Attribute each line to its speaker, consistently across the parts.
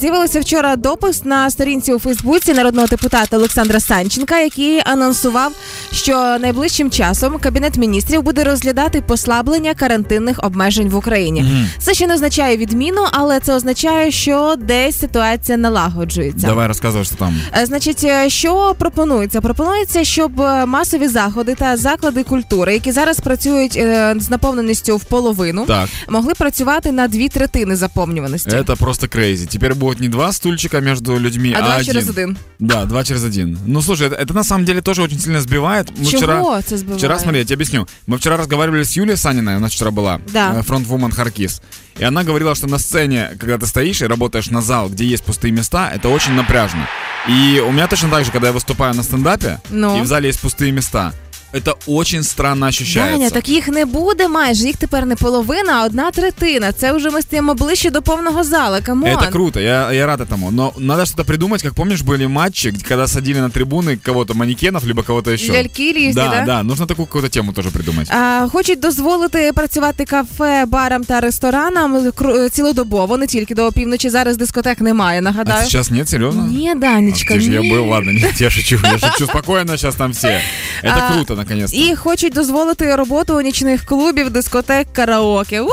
Speaker 1: З'явилося вчора допис на сторінці у Фейсбуці народного депутата Олександра Санченка, який анонсував, що найближчим часом кабінет міністрів буде розглядати послаблення карантинних обмежень в Україні. Це ще не означає відміну, але це означає, що десь ситуація налагоджується.
Speaker 2: Давай розказуй, що там.
Speaker 1: Е, Значить, е, що пропонується? Пропонується, щоб е, масові заходи та заклади культури, які зараз працюють е, з наповненістю в половину,
Speaker 2: Так,
Speaker 1: могли працювати на дві третини заповнюваності.
Speaker 2: это просто crazy. Теперь будет не два стульчика между людьми,
Speaker 1: А
Speaker 2: а,
Speaker 1: два
Speaker 2: Е, один.
Speaker 1: через один.
Speaker 2: Да, два через один. Ну, слушай, это, это на самом деле тоже очень сильно сбивает. Мы
Speaker 1: Чего
Speaker 2: вчера...
Speaker 1: це збиває?
Speaker 2: Вчера, Ну, смотри, я тебе объясню. Мы вчера разговаривали с Юлей Саниной, она вчера была,
Speaker 1: Да.
Speaker 2: э, фронтвумен Харкис. И она говорила, что на сцене, когда ты стоишь і работаешь на зал, где есть пустые места, это очень напряжно. И у меня точно так же, когда я выступаю на стендапе,
Speaker 1: Ну.
Speaker 2: и в зале есть пустые места, это очень странно ощущается.
Speaker 1: Даня, так їх не буде майже. Їх тепер не половина, а одна третина. Це вже ми стаємо ближче до повного зала. Камон.
Speaker 2: Это круто, я, я рад этому. Но надо что-то придумать, как помнишь, были матчи, где- когда садили на трибуны кого-то манекенов, либо кого-то еще.
Speaker 1: Ляльки різні,
Speaker 2: да,
Speaker 1: да?
Speaker 2: да, нужно такую какую-то тему тоже придумать.
Speaker 1: А, хочуть дозволити працювати кафе, барам та ресторанам е, кру- цілодобово, не тільки до опівночі. Зараз дискотек немає.
Speaker 2: А
Speaker 1: Нагадаю.
Speaker 2: сейчас нет, серьезно?
Speaker 1: Ні,
Speaker 2: А,
Speaker 1: Данечка,
Speaker 2: где же я
Speaker 1: ні.
Speaker 2: был, ладно, нет, я шучу, я шучу, спокойно сейчас там все. Это
Speaker 1: А,
Speaker 2: круто, наконец-то.
Speaker 1: І хочуть дозволити роботу нічних клубів, дискотек, караоке. У-у-у!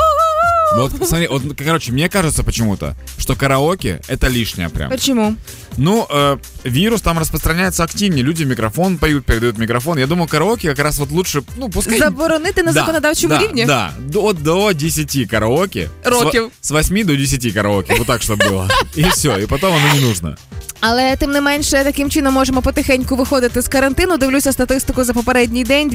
Speaker 2: Вот, смотри, вот, короче, мне кажется почему-то, что караоке это лишнее прям.
Speaker 1: Почему?
Speaker 2: Ну, э, вирус там распространяется активнее. Люди микрофон поют, передают микрофон. Я думаю, караоке как раз вот лучше, ну, пускай
Speaker 1: Заборонити на
Speaker 2: Да,
Speaker 1: законодавчому
Speaker 2: да,
Speaker 1: рівні?
Speaker 2: Да, до, до 10 караоке.
Speaker 1: Років.
Speaker 2: С, во- с 8 до 10 караоке, вот так, чтобы было. И все, и потом оно не нужно.
Speaker 1: Але тим не менше, таким чином можемо потихеньку виходити з карантину. Дивлюся статистику за попередній день.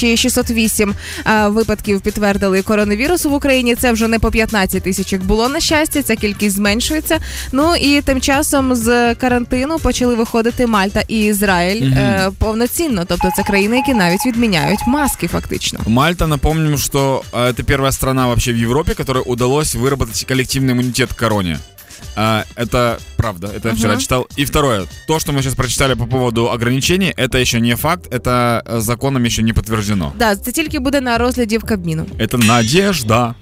Speaker 1: 2608 а, е, випадків підтвердили коронавірусу в Україні. Це вже не по 15 тисяч, як було на щастя. Ця кількість зменшується. Ну і тим часом з карантину почали виходити Мальта і Ізраїль е, повноцінно. Тобто це країни, які навіть відміняють маски, фактично.
Speaker 2: Мальта, напомним, что э, это первая страна вообще в Европе, которой удалось выработать коллективный иммунитет к короне. А, Это правда, это я вчера
Speaker 1: Мгм.
Speaker 2: читал. И второе, то, что мы сейчас прочитали по поводу ограничений, это еще не факт, это э, законом еще не подтверждено.
Speaker 1: Да, це тільки буде на розгляді в Кабміну.
Speaker 2: Это надежда.